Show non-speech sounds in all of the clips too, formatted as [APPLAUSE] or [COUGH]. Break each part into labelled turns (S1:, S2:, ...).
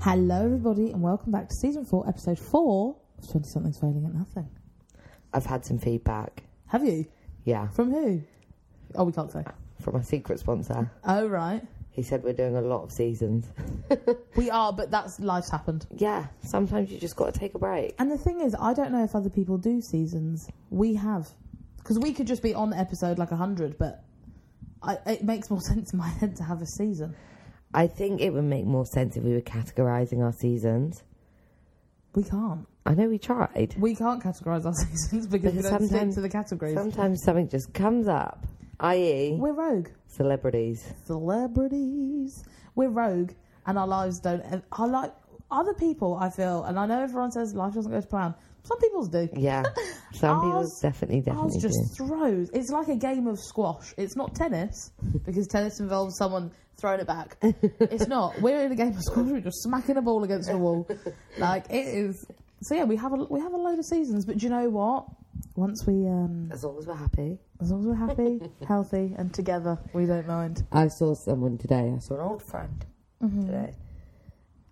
S1: Hello, everybody, and welcome back to season four, episode four of 20 Something's Failing at Nothing.
S2: I've had some feedback.
S1: Have you?
S2: Yeah,
S1: From who? Oh, we can't say.
S2: from my secret sponsor.
S1: Oh, right.
S2: He said we're doing a lot of seasons.
S1: We are, but that's life's happened.
S2: Yeah, sometimes you just got to take a break.
S1: And the thing is, I don't know if other people do seasons. We have. Because we could just be on episode like 100, but I, it makes more [LAUGHS] sense in my head to have a season.
S2: I think it would make more sense if we were categorizing our seasons.
S1: We can't.
S2: I know we tried.
S1: We can't categorise our [LAUGHS] seasons because we
S2: Because
S1: don't stick
S2: sometimes-
S1: to the categories.
S2: Sometimes something just comes up, i.e.,
S1: We're rogue.
S2: celebrities.
S1: celebrities. We're rogue, and our lives don't. and I like other people. I feel, and I know everyone says life doesn't go to plan. Some people's do.
S2: [LAUGHS] Yeah, some people
S1: Ours-
S2: definitely,
S1: Ours
S2: definitely
S1: just throws. It's like a game of squash. It's not tennis because tennis involves someone throwing it back. It's not. We're in a game of squash. We're just smacking a ball against the wall. Like it is. So yeah, we have a we have a load of seasons. But do you know what? Once we, um,
S2: do. As long as we're happy.
S1: as long as we're happy, healthy, and together, we don't mind. Mm-hmm.
S2: I saw someone today. I saw an old friend today,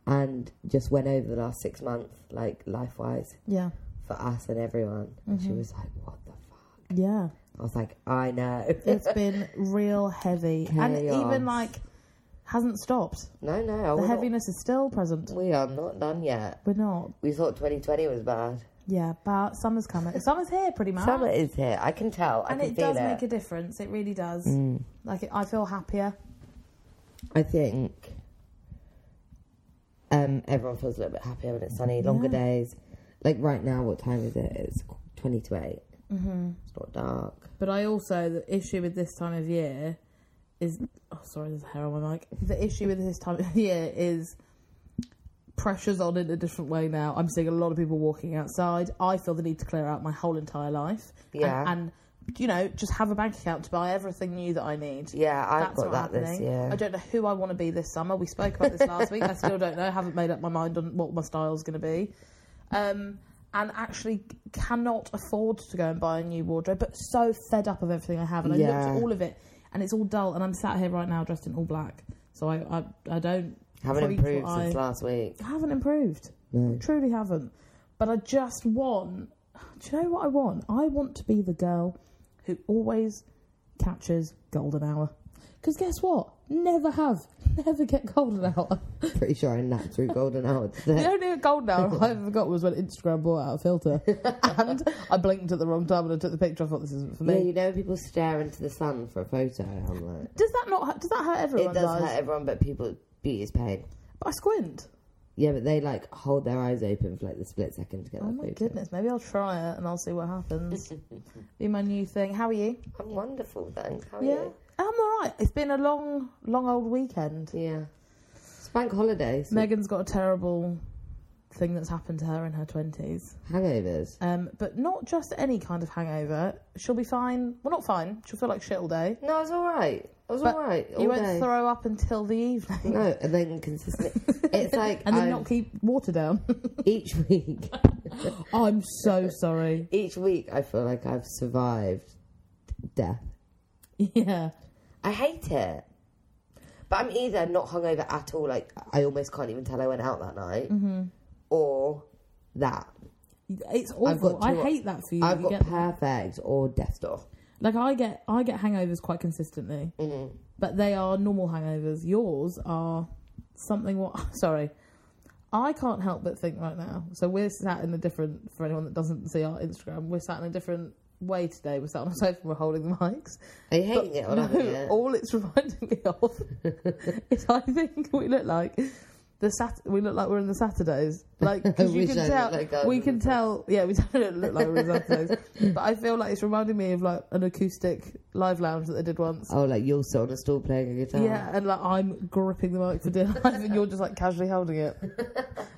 S2: and just went over the last six months, like life wise,
S1: Yeah,
S2: for us and everyone. And she was like, "What the fuck?"
S1: yeah.
S2: I was like, "I know." [LAUGHS]
S1: It's been real heavy, and
S2: Chaos.
S1: even like hasn't stopped.
S2: no, no,
S1: The
S2: we're
S1: heaviness is still present.
S2: not, we are not done yet.
S1: We're not.
S2: We thought 2020 was bad.
S1: Yeah, but summer's coming. Summer's here, pretty much.
S2: Summer is here. I can tell. I
S1: and
S2: can
S1: it
S2: feel
S1: does
S2: it. Mm.
S1: make a difference. It really does. Like it, I feel happier.
S2: I think um, everyone feels a little bit happier when it's sunny. Longer
S1: Yeah.
S2: days. Like right now, what time is it? It's 20 to 8. Mm-hmm. It's not dark.
S1: But I also the issue with this time of year is oh sorry, there's hair on my mic. The issue with this time of year is pressure's on in a different way now. I'm seeing a lot of people walking outside. I feel the need to clear out my whole entire life. And-
S2: Yeah.
S1: And, you know, just have a bank account to buy everything new that I need.
S2: Yeah, I've
S1: That's
S2: got
S1: not
S2: that
S1: happening.
S2: this year.
S1: I don't know who I want to be this summer. We spoke about this last week. I still don't know. Haven't made up my mind on what my style's going to be. Um, and actually cannot afford to go and buy a new wardrobe, but so fed up of everything I have. And I looked
S2: Yeah.
S1: at all of it and it's all dull. And I'm sat here right now dressed in all black. So I, I, I don't.
S2: Haven't
S1: preach
S2: improved
S1: what I-
S2: since last
S1: [LAUGHS]
S2: week.
S1: I haven't improved.
S2: No.
S1: Truly haven't. But I just want. Do you know what I want? I want to be the girl who always catches golden hour. Because guess what? Never have. [LAUGHS] Never get golden hour.
S2: Pretty sure I napped through
S1: [LAUGHS]
S2: golden hour [LAUGHS] today.
S1: the only golden hour I ever got was when Instagram bought out a
S2: [LAUGHS]
S1: filter. and I blinked at the wrong time and I took the picture. I thought this isn't for
S2: Yeah,
S1: me.
S2: you know, people stare into the sun for a photo. I'm like,
S1: Does that not hu- does that hurt
S2: it
S1: everyone's
S2: does
S1: eyes?
S2: hurt everyone, but people beauty is pain.
S1: But I squint.
S2: Yeah, but they like hold their eyes open for like the split second to get
S1: Oh
S2: that
S1: my
S2: photo.
S1: goodness, maybe I'll try it and I'll see what
S2: [LAUGHS]
S1: happens. Be my new thing. How are you?
S2: I'm wonderful, thanks. How are
S1: Yeah. I'm alright. It's been a long, long old weekend.
S2: you? Yeah. It's bank holidays.
S1: Megan's got a terrible thing that's happened to her in her 20s.
S2: Hangovers.
S1: Um, but not just any kind of hangover. She'll be fine. Well, not fine. She'll feel like shit all day.
S2: No, I was alright. I was
S1: But
S2: alright. All
S1: you won't
S2: day.
S1: throw up until the evening. [LAUGHS]
S2: no, and then consistently. it's like
S1: And then
S2: I'm-
S1: not keep water [LAUGHS] down.
S2: each week.
S1: I'm so sorry.
S2: Each week, I feel like I've survived death.
S1: Yeah.
S2: I hate it. But I'm either not hungover at all, like I almost can't even tell I went out that night,
S1: Mm-hmm.
S2: or that.
S1: It's awful.
S2: got
S1: I
S2: two-
S1: hate that for you.
S2: I've
S1: You
S2: got
S1: get-
S2: perfect or death door.
S1: like I get I get hangovers quite consistently. But they are normal hangovers. Yours are something what [LAUGHS] sorry. I can't help but think right now. So we're sat in a different for anyone that doesn't see our Instagram, we're sat in a different way today. We're sat on a sofa, we're holding the mics.
S2: Are you hating it or
S1: no, [LAUGHS]
S2: loving it?
S1: all it's reminding me of is I think we look like the sat- we look like we're in the Saturdays.
S2: [LAUGHS]
S1: Like 'cause you
S2: wish
S1: can
S2: I
S1: tell
S2: looked like I was
S1: we
S2: in
S1: can
S2: the
S1: tell yeah, we [LAUGHS] don't look like we're in the
S2: [LAUGHS]
S1: Saturdays. but I feel like it's reminding me of like an acoustic live lounge that they did once.
S2: Oh, like you're still on a stool playing a guitar.
S1: Yeah, and like I'm gripping the mic for dear life, and you're just like casually holding
S2: [LAUGHS]
S1: it.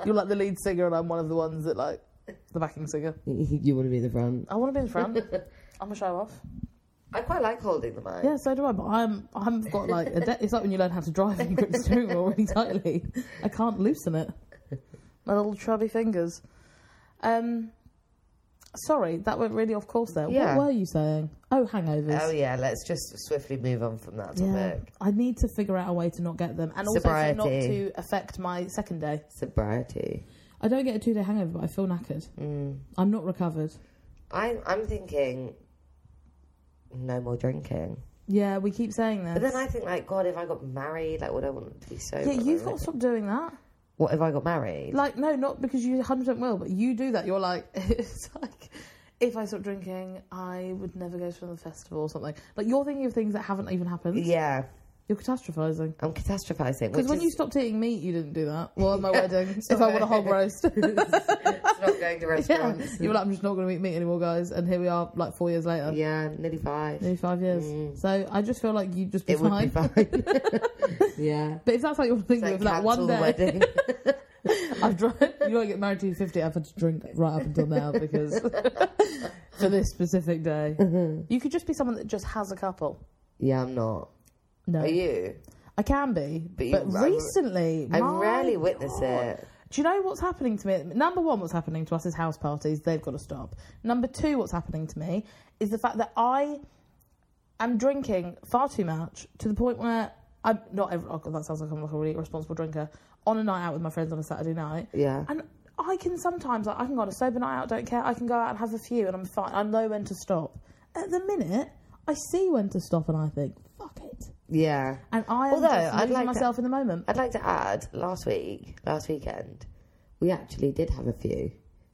S1: You're like the lead singer, and I'm one of the ones that like the backing singer.
S2: [LAUGHS] you want to be in the front.
S1: I want to be in
S2: [LAUGHS]
S1: front. I'm a show off.
S2: I quite like holding the mic.
S1: Yeah, so do I. But I'm I've got like a de- it's like when you learn how to drive and you grip the steering wheel really tightly. I can't loosen it. My little chubby fingers. Um, Sorry, that went really off course there.
S2: Yeah.
S1: What were you saying? Oh, hangovers.
S2: Oh yeah, let's just swiftly move on from that topic.
S1: I need to figure out a way to not get them, and also to not
S2: Sobriety.
S1: to affect my second day.
S2: Sobriety.
S1: I don't get a two-day hangover, but I feel knackered.
S2: Mm.
S1: I'm not recovered.
S2: I, I'm thinking no more drinking.
S1: Yeah, we keep saying this.
S2: But then I think, like, God, if I got married, like, would I want to be so?
S1: yeah, you've got to stop doing that.
S2: What if I got married?
S1: Like, no, not because you 100% will, but you do that. You're like, [LAUGHS] it's like, if I stopped drinking, I would never go to another festival or something. Like, you're thinking of things that haven't even happened.
S2: yeah,
S1: You're catastrophizing.
S2: I'm catastrophizing.
S1: Because when you stopped eating meat, you didn't do that. Well,
S2: [LAUGHS]
S1: at my wedding, if I want a hog roast.
S2: it's not going to
S1: [LAUGHS] yeah.
S2: [LAUGHS] restaurants.
S1: You were like, I'm just not going to eat meat anymore, guys. And here we are, like, four years later.
S2: Yeah, nearly five.
S1: Maybe five years.
S2: Mm.
S1: So I just feel like you'd just be
S2: It would be
S1: fine.
S2: fine.
S1: [LAUGHS]
S2: [LAUGHS] yeah.
S1: but if that's like your thing,
S2: Like,
S1: with like
S2: cancel
S1: one
S2: the
S1: day,
S2: wedding.
S1: I've drunk. You won't get married till you're 50. I've had to drink right up until now
S2: [LAUGHS]
S1: because for this specific day,
S2: Mm-hmm.
S1: you could just be someone that just has a couple.
S2: yeah, I'm not.
S1: No,
S2: Are you?
S1: I can be,
S2: But
S1: but,
S2: you- I'm-
S1: recently,
S2: I
S1: my
S2: rarely witness
S1: God.
S2: it.
S1: Do you know what's happening to me? Number one, what's happening to us is house parties. They've got to stop. Number two, what's happening to me is the fact that I am drinking far too much to the point where I'm not. Every, oh God, that sounds like I'm like a really irresponsible drinker. On a night out with my friends on a Saturday night,
S2: Yeah.
S1: and I can sometimes like I can go on a sober night out, don't care. I can go out and have a few, and I'm fine. I know when to stop. At the minute, I see when to stop, and I think, fuck it.
S2: Yeah.
S1: And I am
S2: Although,
S1: just
S2: I'd
S1: losing
S2: like to-
S1: myself in the moment.
S2: I'd like to add, last week, last weekend, we actually did have a few,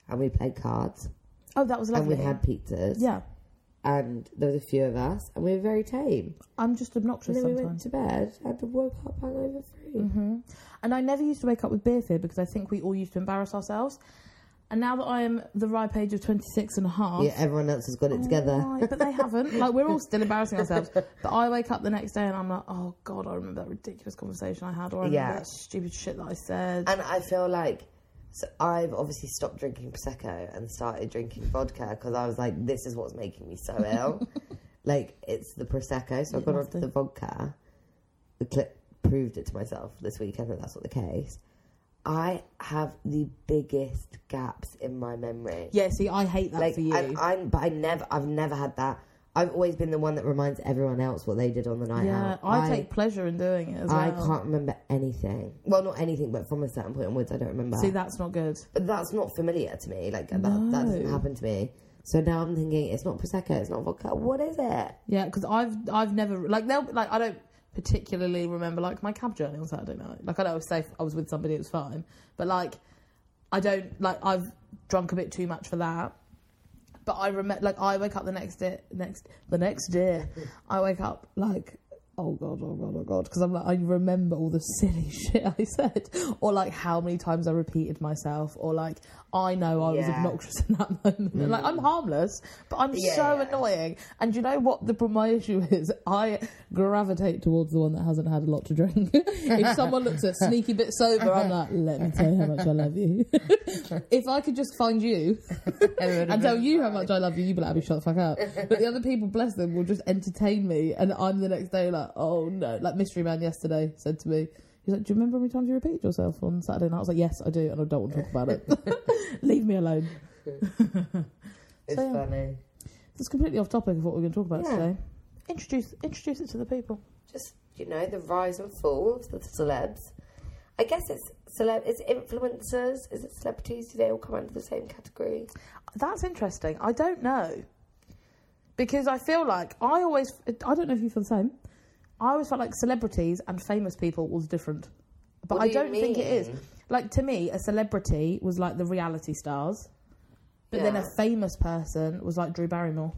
S2: and we played cards,
S1: Oh, that was
S2: and we
S1: lovely.
S2: had pizzas,
S1: yeah,
S2: and there was a few of us, and we were very tame.
S1: I'm just obnoxious
S2: And then
S1: sometimes. Mm-hmm.
S2: we went to bed and woke up hangover free.
S1: And I never used to wake up with beer fear because I think we all used to embarrass ourselves. And now that I am the ripe age of 26 and a half.
S2: Yeah, everyone else has got it together.
S1: Right, but they haven't. Like [LAUGHS] we're all still embarrassing ourselves. But I wake up the next day and I'm like, oh god, I remember that ridiculous conversation I had, or I remember
S2: Yeah.
S1: that stupid shit that I said.
S2: And I feel like so I've obviously stopped drinking prosecco and started drinking vodka because I was like, this is what's making me so
S1: [LAUGHS]
S2: ill. like it's the prosecco, so I've
S1: It
S2: gone
S1: must
S2: off to
S1: do.
S2: the vodka. The clip proved it to myself this weekend that that's not the case. I have the biggest gaps in my memory.
S1: yeah, see, I hate that
S2: like
S1: for you.
S2: And I'm, but I never, I've never had that. I've always been the one that reminds everyone else what they did on the night
S1: yeah,
S2: out.
S1: I, take pleasure in doing it as
S2: I
S1: well.
S2: can't remember anything. Well, not anything, but from a certain point onwards, I don't remember.
S1: See, that's not good.
S2: But that's not familiar to me. Like that, that doesn't
S1: No.
S2: happen to me. So now I'm thinking it's not prosecco, it's not vodka. What is it?
S1: Yeah, because I've I've never like they'll like I don't particularly remember like my cab journey on Saturday night. Like I know I was safe, I was with somebody, it was fine. But like I don't like I've drunk a bit too much for that. But I remember like I wake up the next day, next the next day, I wake up like. Oh god! Oh god! Oh god! Because I'm like, I remember all the silly [LAUGHS] shit I said, or like how many times I repeated myself, or like I know I was
S2: Yeah.
S1: obnoxious in that [LAUGHS] moment. And, Like I'm harmless, but I'm
S2: Yeah,
S1: so
S2: yeah.
S1: annoying. And do you know what the my issue is? I gravitate towards the one that hasn't had a lot to drink. [LAUGHS] if someone looks a sneaky bit sober, I'm like, let me tell you how much I love you. [LAUGHS] if I could just find you and tell you how much I love you, you'd be like, Abby, shut the fuck up. But the other people, bless them, will just entertain me, and I'm the next day like, oh no. Like Mystery Man yesterday said to me. He's like, do you remember how many times you repeated yourself on Saturday? And I was like, yes, I do, and I don't want to talk about it. [LAUGHS] Leave me alone.
S2: It's
S1: So, yeah.
S2: funny.
S1: It's completely off topic of what we're going to talk about
S2: Yeah.
S1: today. Introduce introduce it to the people.
S2: Just you know, the rise and fall of the celebs. I guess it's celeb. It's influencers. Is it celebrities? Do they all come under the same category?
S1: That's interesting. I don't know because I feel like I always I don't know if you feel the same. I always felt like celebrities and famous people was different, but
S2: What
S1: I
S2: do you
S1: don't think it is.
S2: mean?
S1: Like to me, a celebrity was like the reality stars, but then a
S2: Yeah.
S1: famous person was like Drew Barrymore.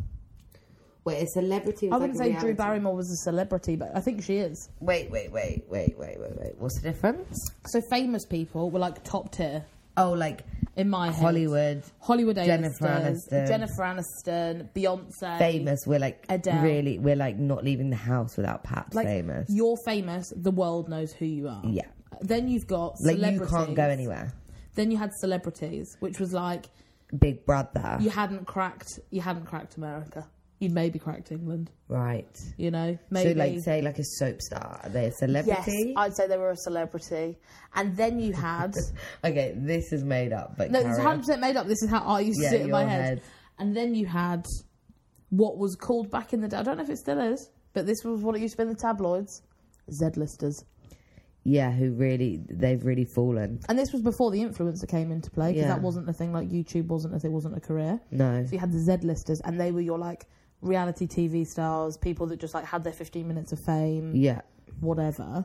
S2: Wait, a celebrity.
S1: I wouldn't say Drew Barrymore was a celebrity, but I think she is.
S2: Wait, wait, wait, wait, wait, wait, wait. What's the difference?
S1: So famous people were like top tier
S2: Oh, like
S1: in my head.
S2: Hollywood
S1: Hollywood
S2: Jennifer
S1: A-listers,
S2: Aniston.
S1: Jennifer Aniston, Beyonce,
S2: famous. We're like
S1: Adele.
S2: really. We're like not leaving the house without Pat.
S1: Like,
S2: famous.
S1: You're famous. The world knows who you are.
S2: Yeah.
S1: Then you've got
S2: Like you
S1: celebrities.
S2: can't go anywhere.
S1: Then you had celebrities, which was like
S2: Big Brother.
S1: you hadn't cracked. You hadn't cracked America. You'd maybe cracked England.
S2: Right.
S1: You know, maybe.
S2: So, like, say, like a soap star. Are they a
S1: yes,
S2: celebrity?
S1: I'd say they were a celebrity. And then you had
S2: Okay, this is made up, but
S1: no. This
S2: carry
S1: is
S2: on.
S1: 100 percent made up. This is how I used to
S2: Yeah,
S1: see it in my
S2: your
S1: head.
S2: head.
S1: And then you had what was called back in the day, I don't know if it still is, but this was what it used to be in the tabloids Z-listers.
S2: Yeah, who really they've really fallen.
S1: And this was before the influencer came into play because
S2: Yeah.
S1: that wasn't a thing like YouTube wasn't a thing, wasn't a career.
S2: No.
S1: So you had the Z-listers and they were your like reality TV stars, people that just like had their 15 minutes of fame.
S2: Yeah.
S1: whatever.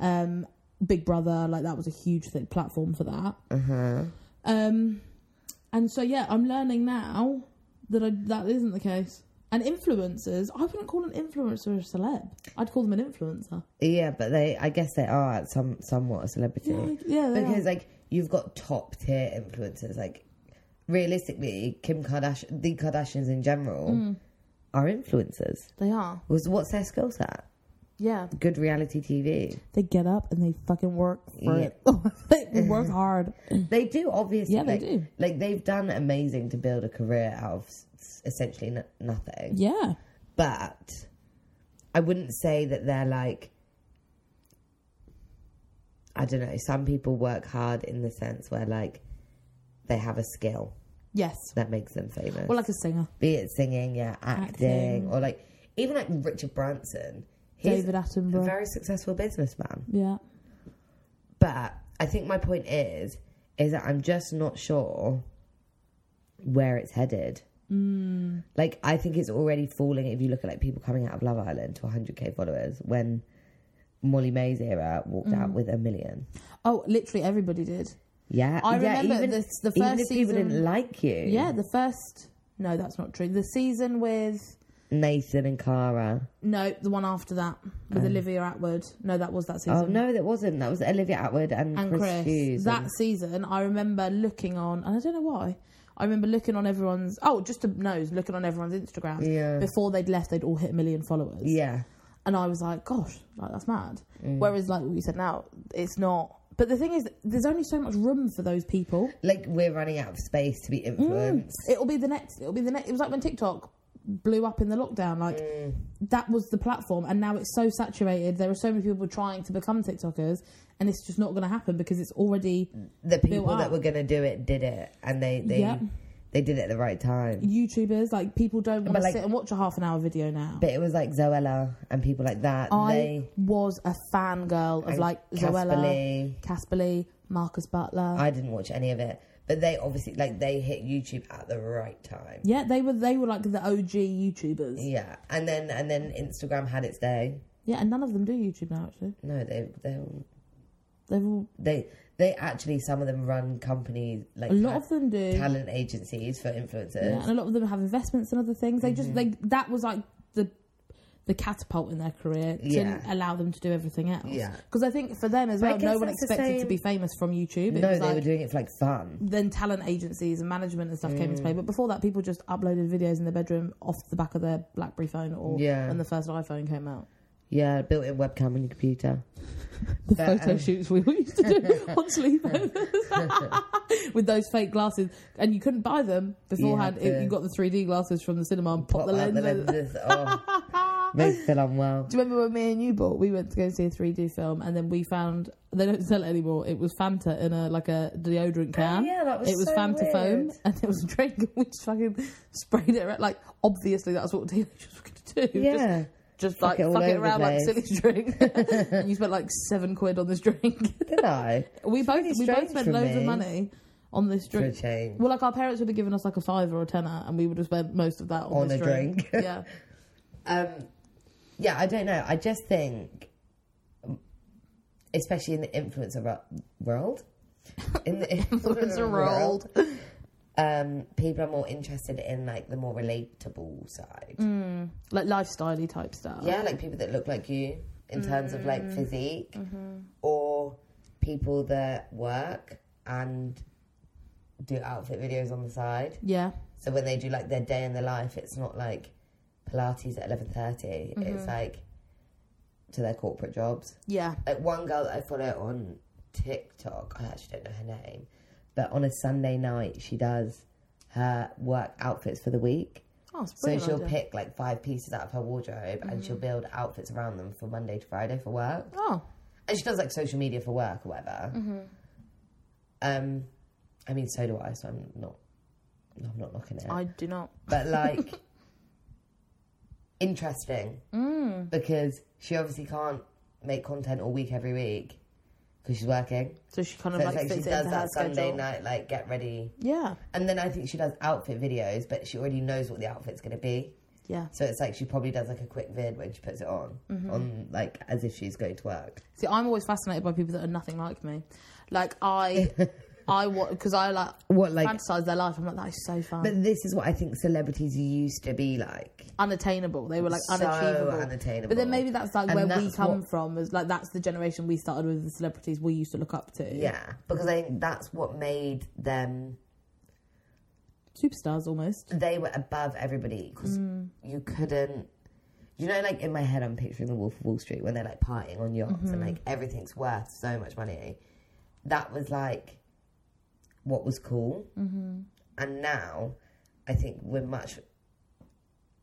S1: Um, Big Brother, like that was a huge thing, platform for that.
S2: Uh huh.
S1: Um, and so yeah, I'm learning now that I, that isn't the case. And influencers, I wouldn't call an influencer a celeb. I'd call them an influencer.
S2: Yeah, but they I guess they are some somewhat a celebrity.
S1: Yeah, like- yeah, they
S2: because
S1: are.
S2: like you've got top tier influencers like realistically Kim Kardashian the Kardashians in general
S1: Mm.
S2: are influencers.
S1: they are.
S2: Was what's their skill set?
S1: Yeah,
S2: Good reality TV.
S1: they get up and they fucking work for
S2: Yeah.
S1: it. [LAUGHS] they work hard.
S2: They do obviously.
S1: Yeah, they
S2: like,
S1: do.
S2: Like they've done amazing to build a career out of s- essentially n- nothing.
S1: Yeah,
S2: But I wouldn't say that they're like. I don't know. Some people work hard in the sense where like they have a skill
S1: yes.
S2: that makes them famous.
S1: Well, like a singer,
S2: Be it singing, yeah, acting,
S1: Acting.
S2: or like even like Richard Branson. He's
S1: David
S2: a
S1: Attenborough.
S2: very successful businessman.
S1: yeah,
S2: But I think my point is, is that I'm just not sure where it's headed.
S1: Hmm.
S2: Mm. Like I think it's already falling. If you look at like people coming out of Love Island to 100k followers, when Molly May's era walked out
S1: Mm.
S2: with a million.
S1: oh, literally everybody did.
S2: Yeah,
S1: I
S2: yeah,
S1: remember
S2: even,
S1: this- the
S2: even
S1: first
S2: if people didn't
S1: season-
S2: like you.
S1: Yeah, the first. No, that's not true. The season with
S2: Nathan and Cara.
S1: no, the one after that with Olivia Atwood. No, that was that
S2: Oh
S1: season.
S2: no, that wasn't. That was Olivia Atwood and,
S1: and
S2: Chris,
S1: Chris.
S2: Hughes.
S1: That
S2: and-
S1: season, I remember looking on, and I don't know why. I remember looking on everyone's. Oh, just to nose, looking on everyone's Instagram.
S2: Yeah.
S1: Before they'd left, they'd all hit a million followers.
S2: yeah,
S1: And I was like, gosh, like that's mad. Whereas, like what you said now, it's not. But the thing is, there's only so much room for those people.
S2: like we're running out of space to be
S1: Mm.
S2: influenced.
S1: It'll be the next. It'll be the next. It was like when TikTok blew up in the lockdown. Like that was the platform, and now it's so saturated. There are so many people trying to become TikTokers, and it's just not going to happen because it's already
S2: the people
S1: Built
S2: that
S1: up.
S2: were going to do it did it, and they they
S1: Yeah.
S2: they did it at the right time.
S1: YouTubers. Like people don't want to
S2: like-
S1: sit and watch a half an hour video now.
S2: But it was like Zoella and people like that.
S1: I
S2: they
S1: was a fangirl of
S2: and
S1: like
S2: Casper
S1: Zoella,
S2: Lee.
S1: Casperly, Marcus Butler.
S2: I didn't watch any of it, but they obviously like they hit YouTube at the right time.
S1: yeah, they were they were like the OG YouTubers. Yeah,
S2: Yeah, and then and then Instagram had its day.
S1: and none of them do YouTube now. Actually,
S2: No, they they
S1: they've all
S2: they they actually some of them run companies like
S1: a lot
S2: ta-
S1: of them do.
S2: talent agencies for influencers.
S1: Yeah, and a lot of them have investments and other things. They just
S2: Mm-hmm.
S1: they that was like the the catapult in their career to
S2: Yeah.
S1: allow them to do everything else.
S2: Yeah.
S1: because I think for them as
S2: But I
S1: well, no
S2: guess
S1: one
S2: that's the
S1: expected to
S2: same-
S1: be famous from YouTube. It
S2: No,
S1: was
S2: they
S1: like,
S2: were doing it for like fun.
S1: then talent agencies and management and stuff came into
S2: Mm.
S1: play. But before that, people just uploaded videos in their bedroom off the back of their BlackBerry phone or
S2: Yeah.
S1: when the first iPhone came out.
S2: Yeah, built-in webcam on your computer.
S1: The
S2: But,
S1: photo
S2: um,
S1: shoots
S2: [LAUGHS]
S1: we used to [LAUGHS] do on sleepovers with those fake glasses, and you couldn't buy them beforehand.
S2: to-
S1: It- you got the 3D glasses from the cinema and
S2: Pop
S1: pop, the
S2: out
S1: lens.
S2: the
S1: in.
S2: lenses. Oh,
S1: [LAUGHS]
S2: makes me feel unwell.
S1: Do you remember when me and you bought? We went to go see a 3D film, and then we found they don't sell it anymore. It was Fanta in a like a deodorant can.
S2: Oh, yeah, that was
S1: it was
S2: so
S1: Fanta foam,
S2: weird.
S1: and it was a drink. And we just fucking sprayed it around. Like obviously, that's what teenagers were going to do. just,
S2: Yeah,
S1: just
S2: Fuck
S1: like
S2: it all
S1: fuck it
S2: over the
S1: around like
S2: place.
S1: silly drink. [LAUGHS] and you spent like seven quid on this drink. [LAUGHS]
S2: did I?
S1: we both
S2: really
S1: we both
S2: strange
S1: spent
S2: for
S1: loads of
S2: me.
S1: money on this
S2: For a
S1: drink.
S2: change.
S1: Well, like our parents would have given us like a five or a tenner, and we would have spent most of that on,
S2: On
S1: this
S2: a
S1: drink.
S2: drink. [LAUGHS]
S1: yeah,
S2: Um, yeah, I don't know. I just think, especially in the influencer ro- world, in
S1: [LAUGHS]
S2: the influencer
S1: world.
S2: world, [LAUGHS] um, people are more interested in like the more relatable side.
S1: Oh. Mm. like lifestyley type stuff.
S2: Yeah, like people that look like you in terms of
S1: Mm.
S2: like physique,
S1: Mm-hmm.
S2: or people that work and do outfit videos on the side.
S1: yeah.
S2: So when they do like their day in the life, it's not like Pilates at eleven It's like to their corporate jobs.
S1: Yeah.
S2: Like one girl that I follow on TikTok, I actually don't know her name, but on a Sunday night she does her work outfits for the week.
S1: Oh, it's a
S2: So
S1: brilliant
S2: she'll
S1: idea.
S2: pick like five pieces out of her wardrobe and she'll build outfits around them for Monday to Friday for work.
S1: Oh,
S2: And she does like social media for work or whatever. Um, I mean, so do I. So I'm not No, I'm not looking at it.
S1: I do not.
S2: but like [LAUGHS] interesting
S1: Mm.
S2: because she obviously can't make content all week every week because she's working.
S1: So she kind
S2: So
S1: of like
S2: it's like she
S1: fits it
S2: does
S1: into her
S2: that Sunday
S1: schedule.
S2: night, like get ready,
S1: Yeah,
S2: and then I think she does outfit videos, but she already knows what the outfit's going to be.
S1: yeah.
S2: So it's like she probably does like a quick vid when she puts it on,
S1: Mm-hmm.
S2: on like as if she's going to work.
S1: See, I'm always fascinated by people that are nothing like me. Like I,
S2: [LAUGHS]
S1: I want because I like
S2: What like?
S1: fantasize their life. I'm like that is so fun,
S2: But this is what I think celebrities used to be like.
S1: unattainable. They were like
S2: So
S1: unachievable.
S2: unattainable.
S1: But then maybe that's like
S2: And
S1: where we
S2: that's
S1: come
S2: what-
S1: from. Is like that's the generation we started with the celebrities we used to look up to.
S2: Yeah, because I think that's what made them
S1: superstars almost.
S2: they were above everybody because you couldn't. You know, like in my head, I'm picturing the Wolf of Wall Street when they're like partying on yachts and like everything's worth so much money. That was like what was cool, mm-hmm. and now I think we're much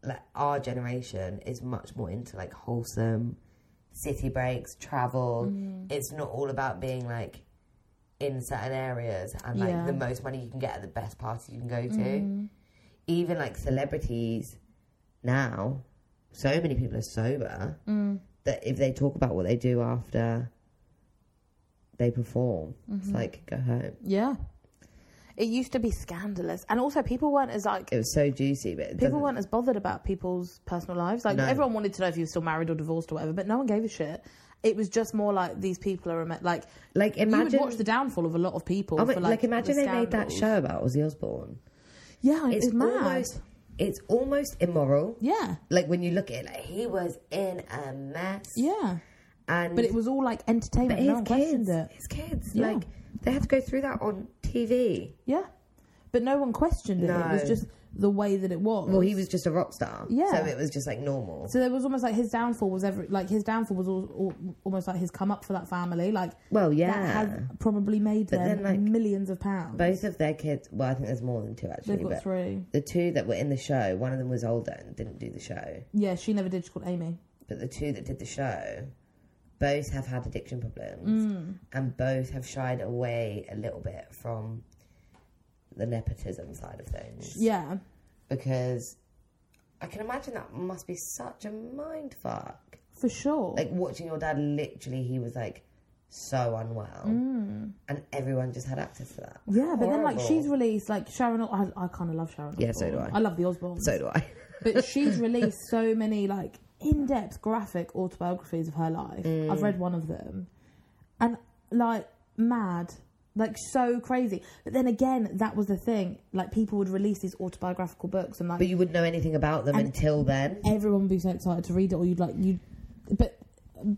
S2: like our generation is much more into like wholesome city breaks, travel.
S1: Mm.
S2: It's not all about being like in certain areas and like
S1: Yeah. Mm.
S2: the most money you can get at the best parties you can go to even like celebrities now, so many people are sober
S1: Mm.
S2: that if they talk about what they do after they perform,
S1: Mm-hmm.
S2: it's like go home. [LAUGHS]
S1: Yeah. It used to be scandalous, and also people weren't as like
S2: It was so juicy, but it
S1: people
S2: doesn't-
S1: weren't as bothered about people's personal lives. Like
S2: No.
S1: everyone wanted to know if you were still married or divorced or whatever, but no one gave a shit. It was just more like these people are ama- like
S2: like
S1: you
S2: imagine.
S1: would watch the downfall of a lot of people.
S2: oh,
S1: for,
S2: but,
S1: like,
S2: like, imagine
S1: the
S2: they made that
S1: scandals.
S2: show about Ozzy Osbourne.
S1: Yeah, it's,
S2: It's
S1: mad.
S2: almost, it's almost immoral.
S1: yeah,
S2: Like when you look at it, like he was in a mess.
S1: yeah.
S2: and
S1: But it was all like entertainment. no
S2: but his
S1: one questioned
S2: kids,
S1: it.
S2: his kids,
S1: Yeah.
S2: like they had to go through that on TV.
S1: Yeah, but no one questioned it. It was
S2: No.
S1: just the way that it was.
S2: Well, he was just a rock star.
S1: Yeah.
S2: So it was just like normal.
S1: So there was almost like his downfall was every like his downfall was all, all, almost like his come up for that family. Like
S2: Well,
S1: that
S2: yeah.
S1: has probably made them
S2: then, like,
S1: millions of pounds.
S2: Both of their kids, well, I think there's more than two actually,
S1: They've got
S2: but
S1: three.
S2: the two that were in the show, one of them was older and didn't do the show,
S1: Yeah, she never did. She's called Amy.
S2: but the two that did the show both have had addiction problems
S1: Mm.
S2: and both have shied away a little bit from the nepotism side of things
S1: Yeah,
S2: because I can imagine that must be such a mind fuck.
S1: for sure.
S2: Like watching your dad, literally, he was like so unwell, and everyone just had access to that.
S1: Mm. yeah, but then like
S2: Horrible.
S1: she's released like Sharon. O- I, I kind of love Sharon.
S2: Yeah, so do
S1: Osbourne.
S2: I.
S1: I love the Osbournes.
S2: So do I. [LAUGHS]
S1: but she's released so many like in-depth graphic autobiographies of her life
S2: Mm.
S1: i've read one of them and like mad like so crazy but then again that was the thing like people would release these autobiographical books and like
S2: But you wouldn't know anything about them until then.
S1: everyone would be so excited to read it or you'd like you but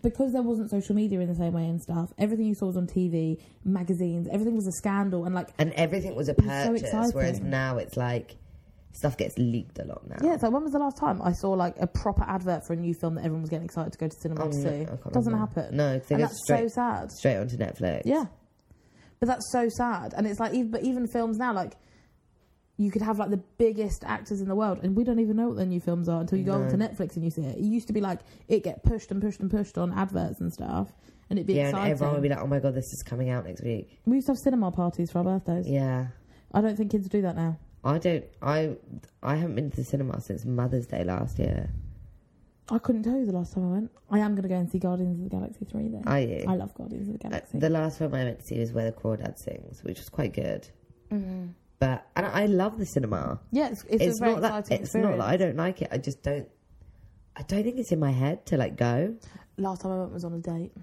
S1: because there wasn't social media in the same way and stuff everything you saw was on tv magazines everything was a scandal and like
S2: And everything was a
S1: was so
S2: purchase, whereas
S1: exciting.
S2: now it's like stuff gets leaked a lot now.
S1: Yeah, it's like when was the last time I saw like a proper advert for a new film that everyone was getting excited to go to cinema
S2: Oh,
S1: to
S2: no, I
S1: see?
S2: can't
S1: Doesn't
S2: remember.
S1: happen.
S2: No, 'cause they
S1: and
S2: go
S1: that's so
S2: straight-
S1: sad.
S2: Straight onto Netflix.
S1: Yeah, but that's so sad. And it's like, even, but even films now, like you could have like the biggest actors in the world, and we don't even know what their new films are until you go
S2: No.
S1: onto Netflix and you see it. It used to be like it get pushed and pushed and pushed on adverts and stuff, and it'd be
S2: Yeah, and
S1: exciting.
S2: everyone would be like, oh my god, this is coming out next week.
S1: we used to have cinema parties for our birthdays.
S2: Yeah.
S1: I don't think kids do that now.
S2: I don't, I I haven't been to the cinema since Mother's Day last year.
S1: I couldn't tell you the last time I went. I am going to go and see Guardians of the Galaxy three though.
S2: Are you?
S1: I love Guardians of the
S2: Uh,
S1: Galaxy.
S2: the last film I went to see was Where the Crawdad Sings, which was quite good. But, and I love the cinema.
S1: Yeah, it's, it's,
S2: It's,
S1: a very
S2: not that,
S1: exciting
S2: it's
S1: experience.
S2: not that I don't like it, I just don't, I don't think it's in my head to like go.
S1: Last time I went was on a date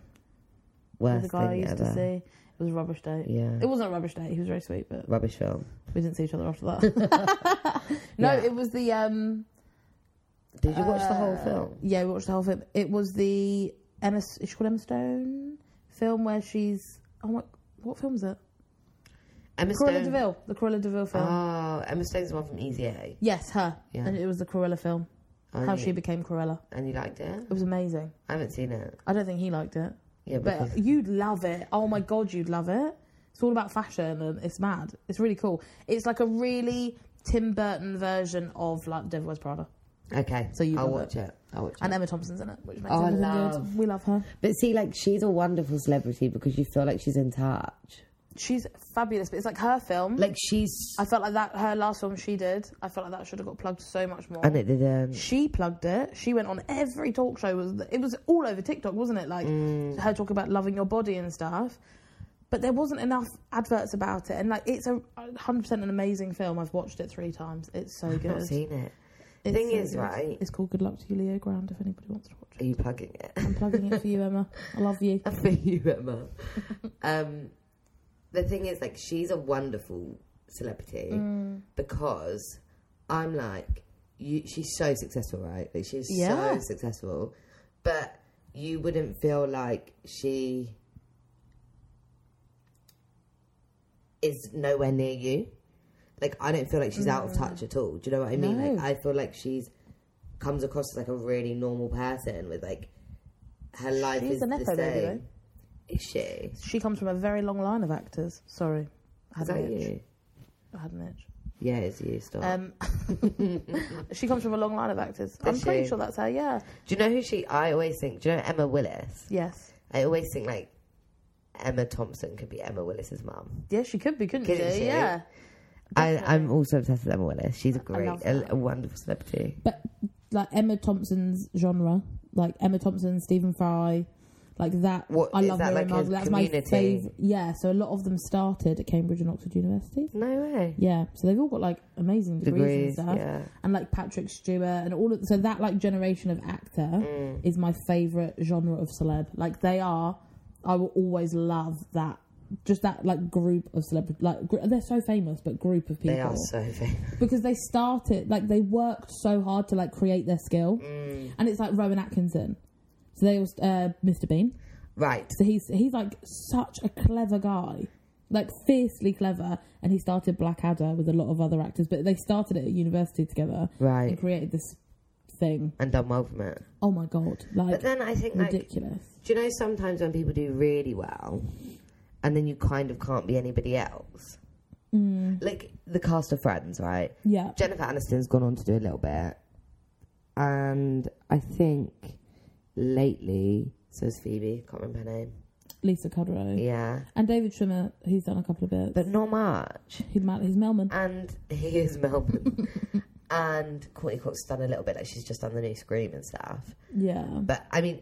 S1: with a
S2: Worst
S1: guy I
S2: thing
S1: used
S2: ever.
S1: to see. It was a rubbish date.
S2: Yeah.
S1: It wasn't a rubbish date. He was very sweet, but
S2: Rubbish film.
S1: we didn't see each other after that.
S2: [LAUGHS]
S1: no,
S2: Yeah.
S1: it was the um.
S2: Did you watch the whole
S1: uh,
S2: film?
S1: Yeah, we watched the whole film. It was the Emma. Is she called Emma Stone? Film where she's oh my, what film is it?
S2: Emma
S1: Cruella Deville, the Cruella Deville film.
S2: Oh, Emma Stone's the one from Easy A.
S1: yes, her.
S2: Yeah.
S1: And it was the Cruella film.
S2: Oh,
S1: How
S2: you-
S1: she became Cruella.
S2: and you liked it?
S1: It was amazing.
S2: I haven't seen it.
S1: I don't think he liked it.
S2: Yeah, because
S1: But you'd love it. Oh my god, you'd love it. It's all about fashion and it's mad. It's really cool. It's like a really Tim Burton version of like Devil Wears Prada.
S2: okay,
S1: uh, So you
S2: I'll
S1: love
S2: watch it. I'll watch
S1: And
S2: it.
S1: Emma Thompson's in it, which makes
S2: Oh, I
S1: everything
S2: love-
S1: good. We love her.
S2: But see, like she's a wonderful celebrity because you feel like she's in touch.
S1: she's fabulous, but it's like her film.
S2: Like she's
S1: I felt like that her last film she did. I felt like that should have got plugged so much more.
S2: and it didn't.
S1: she plugged it. She went on every talk show. Was it was all over TikTok, wasn't it? Like
S2: Mm.
S1: her talking about loving your body and stuff. But there wasn't enough adverts about it, and like it's a hundred percent an amazing film. I've watched it three times. It's so
S2: I've
S1: good.
S2: not seen it.
S1: It's
S2: thing
S1: so
S2: is, right-
S1: It's called Good Luck to You, Leo Grand. If anybody wants to watch
S2: Are [LAUGHS]
S1: it,
S2: you plugging it?
S1: I'm plugging it for you, Emma. I love
S2: [LAUGHS]
S1: you.
S2: for you, Emma. um, the thing is, like, she's a wonderful celebrity
S1: Mm.
S2: because I'm like, you, she's so successful, right? Like, she's
S1: Yeah.
S2: so successful, but you wouldn't feel like she is nowhere near you. Like, I don't feel like she's out of touch at all. Do you know what I mean?
S1: Mm. No.
S2: Like, I feel like she's comes across as like a really normal person with like her life
S1: She's
S2: is
S1: an
S2: the
S1: Nepo
S2: same.
S1: baby, though.
S2: Is she?
S1: She comes from a very long line of actors. Sorry, I
S2: Is
S1: had
S2: that
S1: an itch.
S2: you? Oh.
S1: I had an itch.
S2: Yeah, it's you. Stop.
S1: Um, [LAUGHS] she comes from a long line of actors. I'm pretty
S2: she?
S1: sure that's her. Yeah.
S2: do you know who she? I always think. Do you know Emma Willis?
S1: Yes.
S2: I always think like Emma Thompson could be Emma Willis's mum.
S1: Yeah, she could be, couldn't
S2: Couldn't
S1: she?
S2: she?
S1: Yeah.
S2: I, I'm also obsessed with Emma Willis. She's a great,
S1: love her.
S2: a, a wonderful celebrity.
S1: But like Emma Thompson's genre, like Emma Thompson, Stephen Fry, like that.
S2: What,
S1: I
S2: is
S1: love
S2: that
S1: her
S2: like
S1: and Margaret.
S2: a
S1: That's my
S2: community?
S1: favorite. Yeah. So a lot of them started at Cambridge and Oxford universities.
S2: No way.
S1: Yeah. So they've all got like amazing degrees,
S2: Degrees.
S1: and stuff.
S2: Yeah.
S1: And like Patrick Stewart and all of so that like generation of actor
S2: Mm.
S1: is my favorite genre of celeb. Like they are, I will always love that. Just that like group of celebrity, like gr- they're so famous, but group of people
S2: They are so [LAUGHS] famous.
S1: because they started like they worked so hard to like create their skill,
S2: Mm.
S1: and it's like Rowan Atkinson. So they was uh, Mr. Bean.
S2: Right.
S1: So he's he's like such a clever guy, like fiercely clever. And he started Blackadder with a lot of other actors, but they started it at university together and
S2: Right.
S1: created this thing.
S2: And done well from it.
S1: Oh my god,
S2: But
S1: like
S2: then I think like
S1: ridiculous.
S2: Do you know sometimes when people do really well, and then you kind of can't be anybody else? Mm. Like the cast of Friends, right?
S1: Yeah,
S2: Jennifer Aniston's gone on to do a little bit, and I think lately, so is Phoebe. Can't remember her name.
S1: Lisa Kudrow
S2: Yeah,
S1: and David Schwimmer. He's done a couple of bits.
S2: but not much.
S1: He's Mel- he's Melman.
S2: And [LAUGHS] he is [LAUGHS] Melbourne. and Courtney Cox's done a little bit, like she's just done the new Scream and stuff.
S1: Yeah,
S2: But I mean,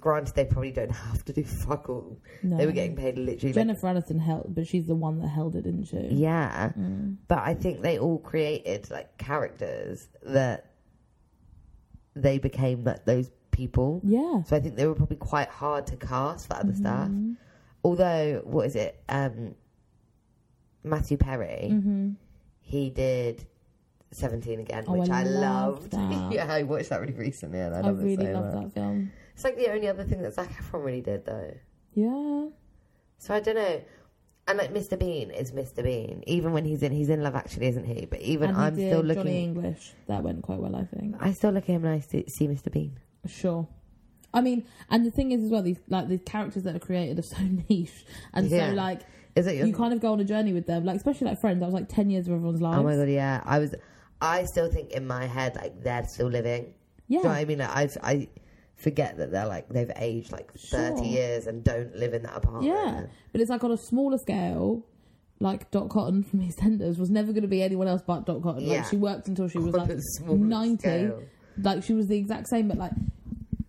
S2: granted, they probably don't have to do fuck all.
S1: no.
S2: They were getting paid literally like,
S1: Jennifer Aniston held, but she's the one that held it, didn't she?
S2: Yeah.
S1: Mm.
S2: But I think they all created like characters that they became that those people.
S1: Yeah.
S2: So I think they were probably quite hard to cast for
S1: Mm-hmm.
S2: other stuff. Although, what is it? Um, Matthew Perry,
S1: Mm-hmm.
S2: he did 17 again,
S1: Oh,
S2: which
S1: I
S2: I,
S1: love
S2: loved. [LAUGHS]
S1: that.
S2: yeah, I watched that really recently and I
S1: I
S2: love it
S1: really
S2: so
S1: love
S2: much.
S1: that film.
S2: It's like the only other thing that Zac Efron really did, though.
S1: Yeah.
S2: So I don't know. And like Mr. Bean is Mr. Bean. Even when he's in, he's in Love Actually, isn't he? But even
S1: and he
S2: I'm
S1: did
S2: still looking.
S1: Johnny English. That went quite well, I think.
S2: I still look at him and I see, see Mr. Bean.
S1: Sure. I mean, and the thing is as well, these like the characters that are created are so [LAUGHS] niche, and
S2: Yeah.
S1: so like
S2: Is it?
S1: you kind of go on a journey with them. Like especially like Friends, I was like ten years of everyone's lives.
S2: oh my god, yeah. I was. I still think in my head like they're still living.
S1: Yeah.
S2: Do you know what I mean? Like, I I forget that they're like they've aged like
S1: Sure.
S2: thirty years and don't live in that apartment.
S1: Yeah, but it's like on a smaller scale. Like Dot Cotton from [LAUGHS] EastEnders was never going to be anyone else but Dot Cotton.
S2: Yeah.
S1: Like she worked until she was
S2: On
S1: like
S2: a smaller
S1: ninety.
S2: scale.
S1: Like she was the exact same, but like,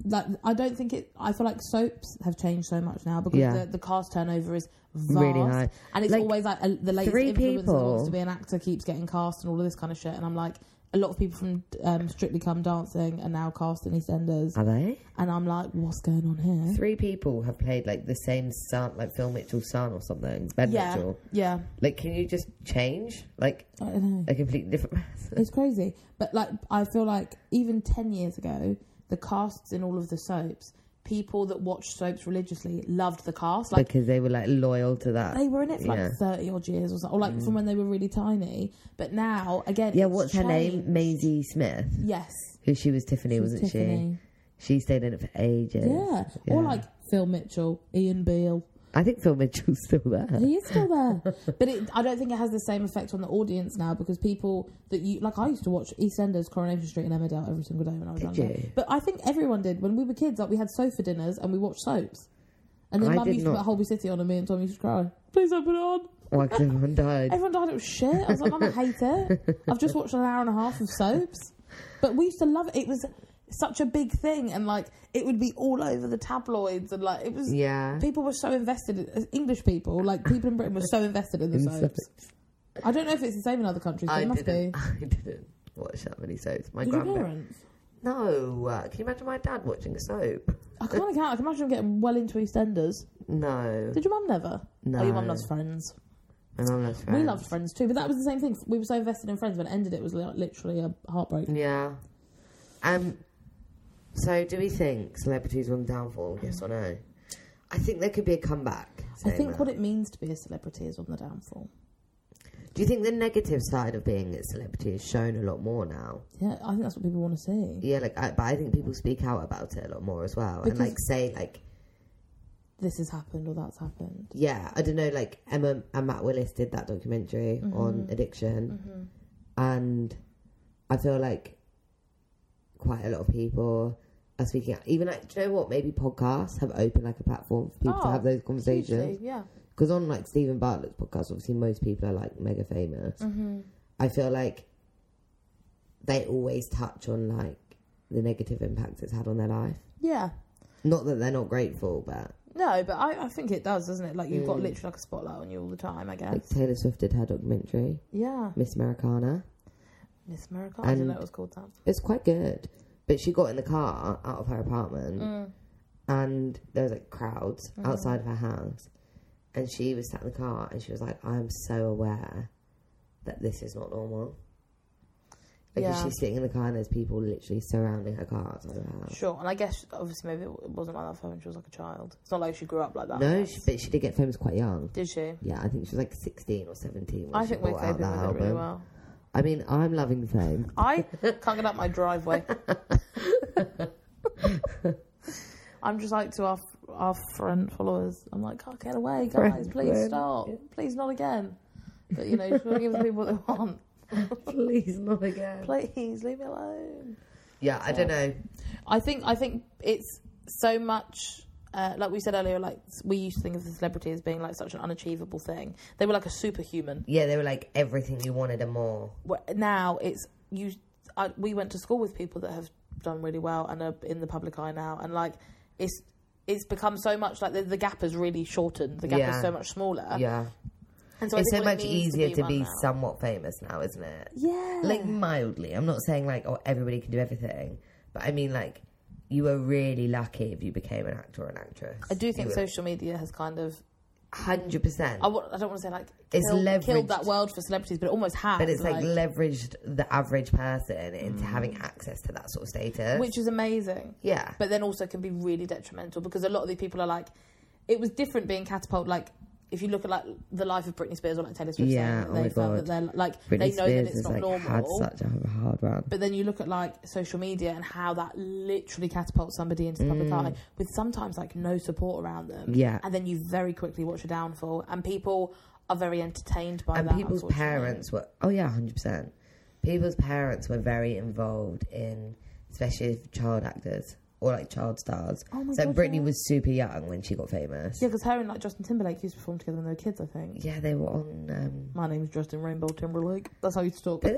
S1: like I don't think it. I feel like soaps have changed so much now because
S2: Yeah.
S1: the, the cast turnover is vast,
S2: Really high.
S1: and it's
S2: Like,
S1: always like a, the latest
S2: three
S1: influencer that wants
S2: people-
S1: to be an actor keeps getting cast and all of this kind of shit. And I'm like, a lot of people from um, Strictly Come Dancing are now cast in EastEnders,
S2: Are they?
S1: and I'm like, what's going on here?
S2: Three people have played like the same son, like Phil Mitchell's son or something. Ben
S1: Yeah,
S2: Mitchell.
S1: yeah,
S2: Like, can you just change like
S1: I don't know.
S2: a completely different person?
S1: It's crazy. But like I feel like even ten years ago, the casts in all of the soaps, people that watched soaps religiously loved the cast. Like
S2: because they were like loyal to that.
S1: they were in it for
S2: yeah. Mm.
S1: like thirty odd years or something. Or like from when they were really tiny. But now again
S2: yeah,
S1: it's
S2: what's her
S1: changed.
S2: name? Maisie Smith.
S1: Yes.
S2: Who she was Tiffany, wasn't she?
S1: Tiffany.
S2: She stayed in it for ages.
S1: Yeah. Or like Phil Mitchell, Ian Beale.
S2: I think Phil Mitchell's [LAUGHS] still there.
S1: He is still there. but it, I don't think it has the same effect on the audience now because people that you like, I used to watch EastEnders, Coronation Street, and Emmerdale every single day when I was
S2: Did
S1: younger.
S2: you?
S1: But I think everyone did when we were kids. Like we had sofa dinners and we watched soaps. And then
S2: I
S1: Mum
S2: did
S1: used to put
S2: not-
S1: Holby City on, and me and Tom used to cry. Please don't put it on.
S2: Like everyone died.
S1: Everyone died it was shit. I was like, Mum, I hate it. I've just watched an hour and a half of soaps. But we used to love it. It was such a big thing, and like it would be all over the tabloids, and like it was.
S2: Yeah.
S1: People were so invested. In, English people, like people in Britain, were so invested in the
S2: In
S1: soaps. I don't know if it's the same in other countries. But
S2: I
S1: it must
S2: didn't.
S1: be.
S2: [LAUGHS] I didn't watch that many soaps. My
S1: Did your
S2: grandpa.
S1: parents?
S2: No. uh, Can you imagine my dad watching a soap?
S1: I can't account. I can imagine him getting well into EastEnders.
S2: No.
S1: Did your mum never?
S2: No.
S1: Oh, your mum loves Friends.
S2: My mum loves Friends.
S1: We loved Friends too, but that was the same thing. We were so invested in Friends when it ended, it was like literally a heartbreak.
S2: Yeah. Um. So, do we think celebrities on downfall? Yes or no? I think there could be a comeback.
S1: I
S2: saying
S1: think
S2: that.
S1: what it means to be a celebrity is on the downfall.
S2: Do you think the negative side of being a celebrity is shown a lot more now?
S1: Yeah, I think that's what people want to see.
S2: Yeah, like, I, but I think people speak out about it a lot more as well,
S1: Because-
S2: and like say like,
S1: This has happened or that's happened.
S2: yeah, I don't know, like Emma and Matt Willis did that documentary
S1: Mm-hmm.
S2: on addiction, and I feel like quite a lot of people are speaking out. Even like, do you know what? Maybe podcasts have opened like a platform for people to
S1: Oh,
S2: have those conversations.
S1: Hugely, yeah.
S2: Because on like Stephen Bartlett's podcast, obviously most people are like mega famous.
S1: Mm.
S2: I feel like they always touch on like the negative impacts it's had on their life.
S1: Yeah.
S2: Not that they're not grateful, but
S1: No, but I, I think it does, doesn't it? Like you've
S2: Mm.
S1: got literally like a spotlight on you all the time, I
S2: like
S1: guess.
S2: Taylor Swift did her documentary,
S1: Yeah.
S2: Miss Americana.
S1: Miss America. I didn't
S2: And-
S1: know it was called that.
S2: It's quite good. But she got in the car out of her apartment
S1: Mm.
S2: and there was like crowds outside of her house. And she was sat in the car and she was like, I'm so aware that this is not normal. Like
S1: Yeah.
S2: she's sitting in the car and there's people literally surrounding her car outside of her house.
S1: Mm. Sure. And I guess obviously maybe it wasn't like that for her when she was like a child. It's not like she grew up like that. I
S2: No,
S1: guess.
S2: she, but she did get famous quite young.
S1: Did she?
S2: Yeah, I think she was like 16 or 17 when
S1: I
S2: she
S1: think we're
S2: brought out
S1: coping
S2: that
S1: with it
S2: album.
S1: really well.
S2: I mean, I'm loving fame.
S1: I can't get up my
S2: [LAUGHS]
S1: driveway. I'm just like to our our friend followers. I'm like, can't get away, guys.
S2: Friend,
S1: please
S2: friend.
S1: stop. Please not again. But you know, just want to give the people what they
S2: [LAUGHS]
S1: want.
S2: Please, not again.
S1: Please leave me alone.
S2: Yeah, I don't know.
S1: I think I think it's so much. Uh, like we said earlier, like we used to think of the celebrity as being like such an unachievable thing. They were like a superhuman.
S2: Yeah, they were like everything you wanted and more.
S1: Wh- Now it's you. I, we went to school with people that have done really well and are in the public eye now, and like it's it's become so much like the, the gap has really shortened. The gap
S2: Yeah.
S1: is so much smaller.
S2: yeah.
S1: and so I
S2: it's so
S1: think what it
S2: much
S1: means
S2: easier to
S1: one
S2: be
S1: now-
S2: somewhat famous now, isn't it?
S1: yeah,
S2: Like mildly. I'm not saying like oh everybody can do everything, but I mean like you were really lucky if you became an actor or an actress.
S1: I do think social media has kind of.
S2: Hundred percent.
S1: I w- I don't want to say like
S2: It's
S1: killed, killed
S2: leveraged.
S1: that world for celebrities, but it almost has.
S2: But it's like, leveraged the average person into having access to that sort of status.
S1: Mm. which is amazing.
S2: yeah.
S1: but then also can be really detrimental because a lot of these people are like, it was different being catapulted. Like, if you look at like the life of Britney Spears or like Taylor Swift,
S2: Yeah,
S1: saying that
S2: oh
S1: they
S2: my
S1: felt that
S2: God.
S1: they're like
S2: Britney
S1: they know that
S2: Spears has,
S1: it's not
S2: like, had
S1: normal.
S2: such a hard run.
S1: But then you look at like social media and how that literally catapults somebody into the public eye with sometimes like no support around them.
S2: Mm. Yeah.
S1: and then you very quickly watch a downfall, and people are very entertained by
S2: and
S1: that.
S2: people's
S1: unfortunately.
S2: parents were oh yeah 100% people's parents were very involved in especially if child actors or like child stars
S1: Oh my
S2: so
S1: God,
S2: britney
S1: yeah.
S2: was super young when she got famous
S1: Yeah, because her and like Justin Timberlake used to perform together when they were kids. I think.
S2: yeah they were
S1: [LAUGHS]
S2: on um
S1: My name's Justin Rainbow Timberlake. That's how you talk.
S2: yeah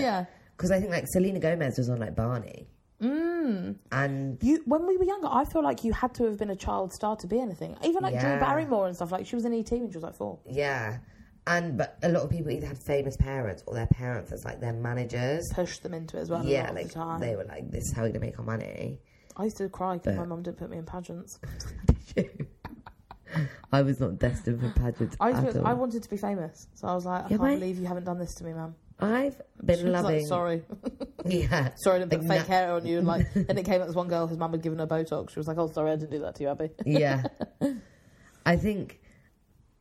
S1: yeah.
S2: because i think like selena gomez was on like barney mm. and
S1: You, when we were younger, I feel like you had to have been a child star to be anything. Even like Drew
S2: Yeah.
S1: Barrymore and stuff. Like she was in ET when she was like four.
S2: yeah and but a lot of people either had famous parents or their parents as like their managers
S1: Pushed them into it as well. a lot
S2: yeah
S1: of
S2: like
S1: the time.
S2: they were like this is how we're gonna make our money [LAUGHS]
S1: I used to cry because my mum didn't put me in pageants.
S2: i was not destined for pageants
S1: I used
S2: at
S1: to,
S2: all.
S1: I wanted to be famous, so I was like, I
S2: Yeah,
S1: can't
S2: mate.
S1: believe you haven't done this to me, mum.
S2: I've
S1: She
S2: been
S1: was like,
S2: loving.
S1: sorry,
S2: [LAUGHS] Yeah.
S1: sorry, I didn't put
S2: Like,
S1: fake hair on you. And
S2: [LAUGHS]
S1: like, then it came up this one girl whose mum had given her Botox. She was like, oh, sorry, I didn't do that to you, Abby.
S2: Yeah. I think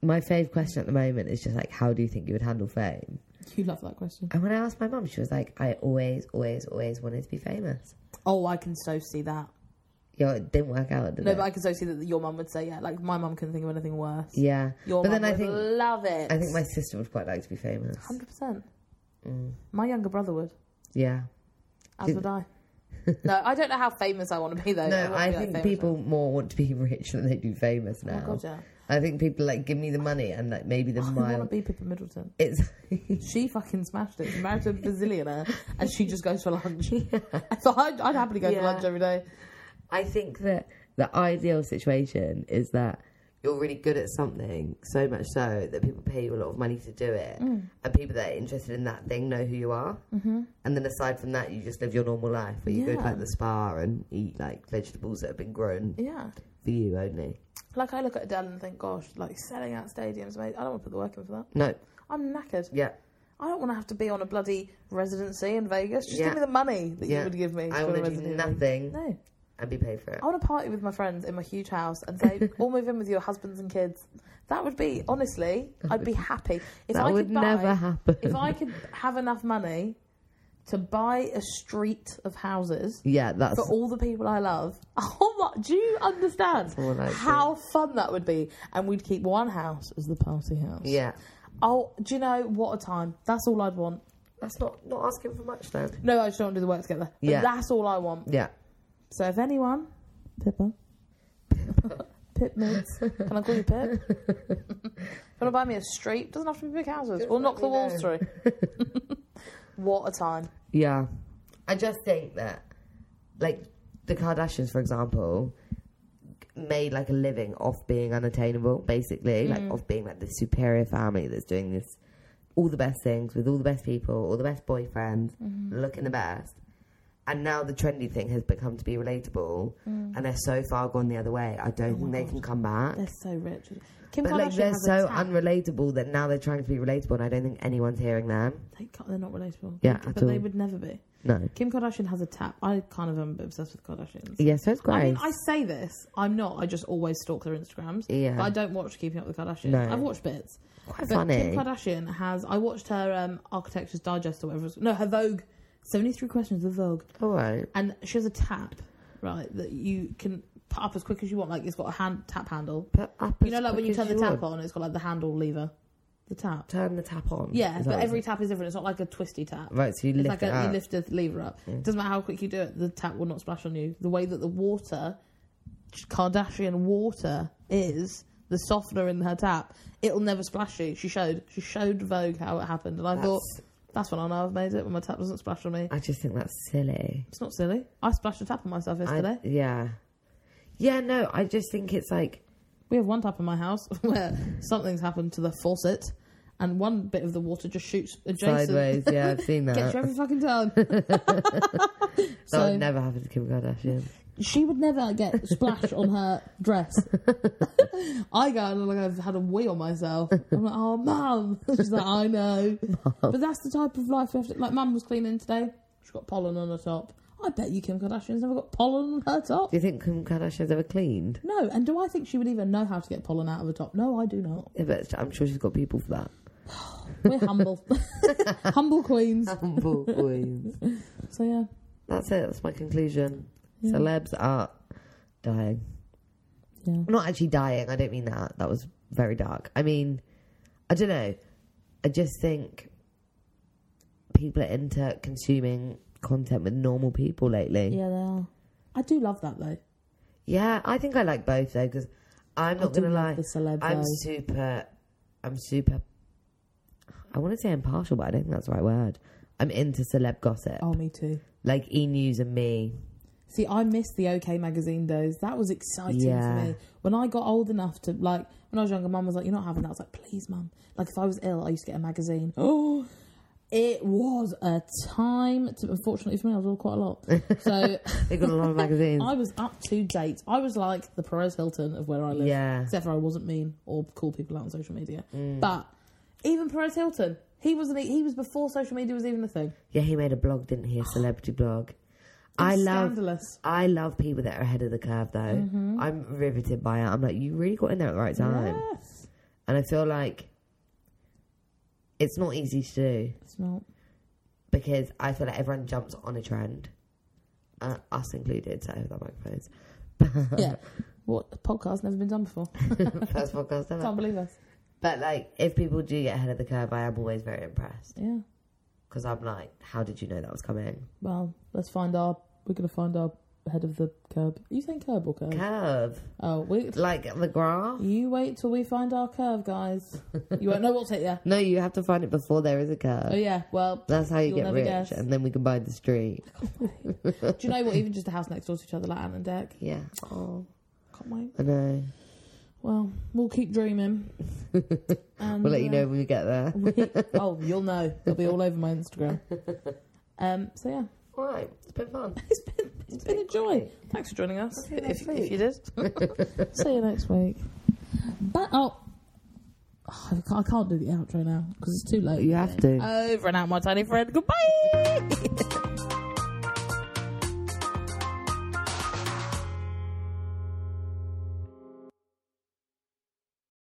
S2: my fave question at the moment is just like, how do you think you would handle fame?
S1: [LAUGHS] You love that question.
S2: And when I asked my mum, she was like, I always, always, always wanted to be famous.
S1: Oh, I can so see that.
S2: Yeah, it didn't work out. Did
S1: No,
S2: it?
S1: but I can so see that your mum would say, yeah. Like my mum couldn't think of anything worse.
S2: yeah.
S1: Your
S2: but
S1: mum
S2: then I
S1: would
S2: think
S1: love it.
S2: I think my sister would quite like to be famous. Mm.
S1: Hundred percent. My younger brother would,
S2: Yeah.
S1: as
S2: Did- [LAUGHS]
S1: would I. no, I don't know how famous I want to be though.
S2: No,
S1: wanna
S2: I
S1: be that
S2: think
S1: famous
S2: people more want to be [LAUGHS] rich than they do famous
S1: now.
S2: now.
S1: Oh god, yeah.
S2: I think people like give me the money and like maybe
S1: [LAUGHS]
S2: the
S1: I want to
S2: mile.
S1: be Pippa Middleton.
S2: It's [LAUGHS]
S1: She fucking smashed it. She married a bazillionaire, and she just goes for lunch. [LAUGHS] so I'd, I'd happily go for
S2: Yeah.
S1: lunch every day.
S2: I think that the ideal situation is that you're really good at something, so much so that people pay you a lot of money to do it, and people that are interested in that thing know who you are. Mm. Mm-hmm. And then aside from that, you just live your normal life where you go to
S1: Yeah.
S2: like the spa and eat like vegetables that have been grown
S1: Yeah.
S2: for you only.
S1: Like I look at Adele and think, gosh, like selling out stadiums, mate. I don't want to put the work in for that.
S2: No,
S1: I'm knackered.
S2: yeah,
S1: I don't want to have to be on a bloody residency in Vegas. Just
S2: Yeah.
S1: give me the money that you
S2: Yeah.
S1: would give me.
S2: I
S1: for a
S2: want to do
S1: residency.
S2: nothing
S1: No,
S2: and be paid for it.
S1: I want to party with my friends in my huge house and
S2: [LAUGHS]
S1: say, "All move in with your husbands and kids." That would be honestly, I'd be happy if
S2: that
S1: I
S2: would
S1: could buy.
S2: never happen.
S1: if I could have enough money to buy a street of houses
S2: [LAUGHS] yeah, that's
S1: for all the people I love, [LAUGHS] oh my, do you understand
S2: That's all I
S1: how fun that would be? And we'd keep one house as the party house.
S2: yeah.
S1: Oh, do you know what a time? That's all I'd want.
S2: That's not not asking for much though.
S1: No, I just don't want to do the work together. But
S2: Yeah.
S1: That's all I want.
S2: Yeah.
S1: So if anyone, Pippa, [LAUGHS] Pip mates, can I call you
S2: [LAUGHS]
S1: Pip? if you want to buy me a street, doesn't have to be big houses.
S2: Just
S1: we'll
S2: let
S1: knock
S2: me
S1: the walls
S2: know.
S1: through. [LAUGHS] what a time.
S2: Yeah. I just think that, like, the Kardashians, for example, made like a living off being unattainable, basically, like off being like this superior family that's doing this, all the best things with all the best people, all the best boyfriends, looking the best. And now the trendy thing has become to be relatable, and they're so far gone the other way. I don't think they can come back.
S1: They're so rich. Kim
S2: But
S1: Kardashian
S2: like they're
S1: has
S2: so
S1: a tap.
S2: unrelatable that now they're trying to be relatable, and I don't think anyone's hearing them.
S1: They can't, they're not relatable.
S2: Yeah,
S1: but
S2: at
S1: they
S2: all.
S1: would never be.
S2: No.
S1: Kim Kardashian has a tap. I kind of am a bit obsessed with Kardashians.
S2: Yeah, so it's great.
S1: I mean, I say this. I'm not. I just always stalk their Instagrams.
S2: Yeah.
S1: But I don't watch Keeping Up with the Kardashians.
S2: No.
S1: I've watched bits.
S2: Quite
S1: but Kim
S2: funny.
S1: Kardashian has. I watched her um, Architecture's Digest or whatever. It was, no, her Vogue. Seventy-three questions of Vogue,
S2: All right.
S1: and she has a tap, right? That you can put up as quick as you want. Like it's got a hand tap handle.
S2: Put up
S1: You know, like when you turn the tap on, it's got like the handle lever, the tap.
S2: Turn the tap on.
S1: Yeah,
S2: Is
S1: but
S2: that
S1: every
S2: what
S1: tap is different. It's not like a twisty tap.
S2: it- right, so you
S1: It's
S2: lift
S1: like
S2: it
S1: a,
S2: up. Mm.
S1: you lift the lever up. It doesn't matter how quick you do it, the tap will not splash on you. The way that the water, Kardashian water, is the softener in her tap, it'll never splash you. She showed, she showed Vogue how it happened, and I thought
S2: That's-
S1: that's when I know I've made it when my tap doesn't splash on me.
S2: I just think that's silly.
S1: It's not silly. I splashed a tap on myself
S2: I-
S1: yesterday.
S2: yeah. Yeah, no, I just think it's like
S1: We have one tap in my house [LAUGHS] where something's happened to the faucet, and one bit of the water just shoots adjacent.
S2: sideways. Yeah,
S1: [LAUGHS]
S2: I've seen
S1: Gets you
S2: that.
S1: every fucking time.
S2: [LAUGHS]
S1: [LAUGHS]
S2: That
S1: so
S2: would never happen to Kim Kardashian.
S1: she would never get splash on her dress. [LAUGHS] I go and like I've had a wee on myself. I'm like, oh mum. She's like, I know. But that's the type of life we have to. Like mum was cleaning today. She got pollen on her top. I bet you Kim Kardashian's never got pollen on her top.
S2: Do you think Kim Kardashian's ever cleaned?
S1: No, and do I think she would even know how to get pollen out of her top? No, I do not.
S2: Yeah, but I'm sure she's got people for that.
S1: We're humble, [LAUGHS] humble queens.
S2: Humble queens.
S1: So yeah,
S2: That's it. That's my conclusion.
S1: Yeah.
S2: Celebs are dying.
S1: yeah.
S2: Not actually dying. I don't mean that. That was very dark. I mean, I don't know. I just think people are into consuming content with normal people lately.
S1: Yeah, they are. I do love that though.
S2: Yeah, I think I like both though because I'm not
S1: I do
S2: gonna
S1: love
S2: lie.
S1: the celeb
S2: I'm
S1: though.
S2: super. I'm super. I want to say impartial, but I don't think that's the right word. I'm into celeb gossip,
S1: Oh, me too.
S2: like E News and me.
S1: See, I missed the OK magazine days. That was exciting
S2: Yeah.
S1: for me. When I got old enough to like, when I was younger, Mum was like, "You're not having that." I was like, "Please, Mum." Like, if I was ill, I used to get a
S2: [GASPS]
S1: magazine. Oh, it was a time. To, unfortunately for me, I was ill quite a
S2: [LAUGHS]
S1: lot, so
S2: They got a lot of magazines.
S1: [LAUGHS] I was up to date. I was like the Perez Hilton of where I live,
S2: Yeah.
S1: except for I wasn't mean or call people out on social media.
S2: Mm.
S1: But even Perez Hilton, he was an, e, he was before social media was even a thing.
S2: Yeah, he made a blog, didn't he? A celebrity blog. I
S1: It's
S2: love.
S1: scandalous.
S2: I love people that are ahead of the curve, though.
S1: Mm-hmm.
S2: I'm riveted by it. I'm like, you really got in there at the right time,
S1: Yes,
S2: and I feel like it's not easy to do.
S1: it's not.
S2: because I feel like everyone jumps on a trend, uh, us included. So that microphones.
S1: [LAUGHS] yeah. What a podcast never been done before.
S2: [LAUGHS] First podcast ever.
S1: Can't believe us.
S2: But like, if people do get ahead of the curve, I am always very impressed
S1: Yeah.
S2: because I'm like, how did you know that was coming?
S1: Well, let's find our We're gonna find our head of the curb. Are you saying curb or curve?
S2: Curve.
S1: oh, we.
S2: Like the graph.
S1: You wait till we find our curve, guys. You won't know what's it
S2: [LAUGHS]
S1: there.
S2: No, you have to find it before there is a curve.
S1: Oh yeah. Well, [LAUGHS]
S2: That's how you
S1: You'll
S2: get
S1: never
S2: rich,
S1: guess.
S2: and then we can buy the street.
S1: do you know what? Even just the house next door to each other, like Anne and Deck.
S2: Yeah. Oh,
S1: Can't wait.
S2: I know.
S1: Well, we'll keep
S2: [LAUGHS]
S1: dreaming. And,
S2: We'll let you
S1: uh,
S2: know when we get there.
S1: oh, you'll know. It'll be all over my
S2: [LAUGHS]
S1: Instagram. Um, so yeah,
S2: All right, it's been fun.
S1: it's been it's been a joy. Thanks for joining us.
S2: See you
S1: If,
S2: next
S1: if
S2: week.
S1: you did, [LAUGHS] see you next week. But oh, [SIGHS] oh, I can't, I can't do the outro now because it's too late.
S2: You have to.
S1: Over and out, my tiny friend. Goodbye.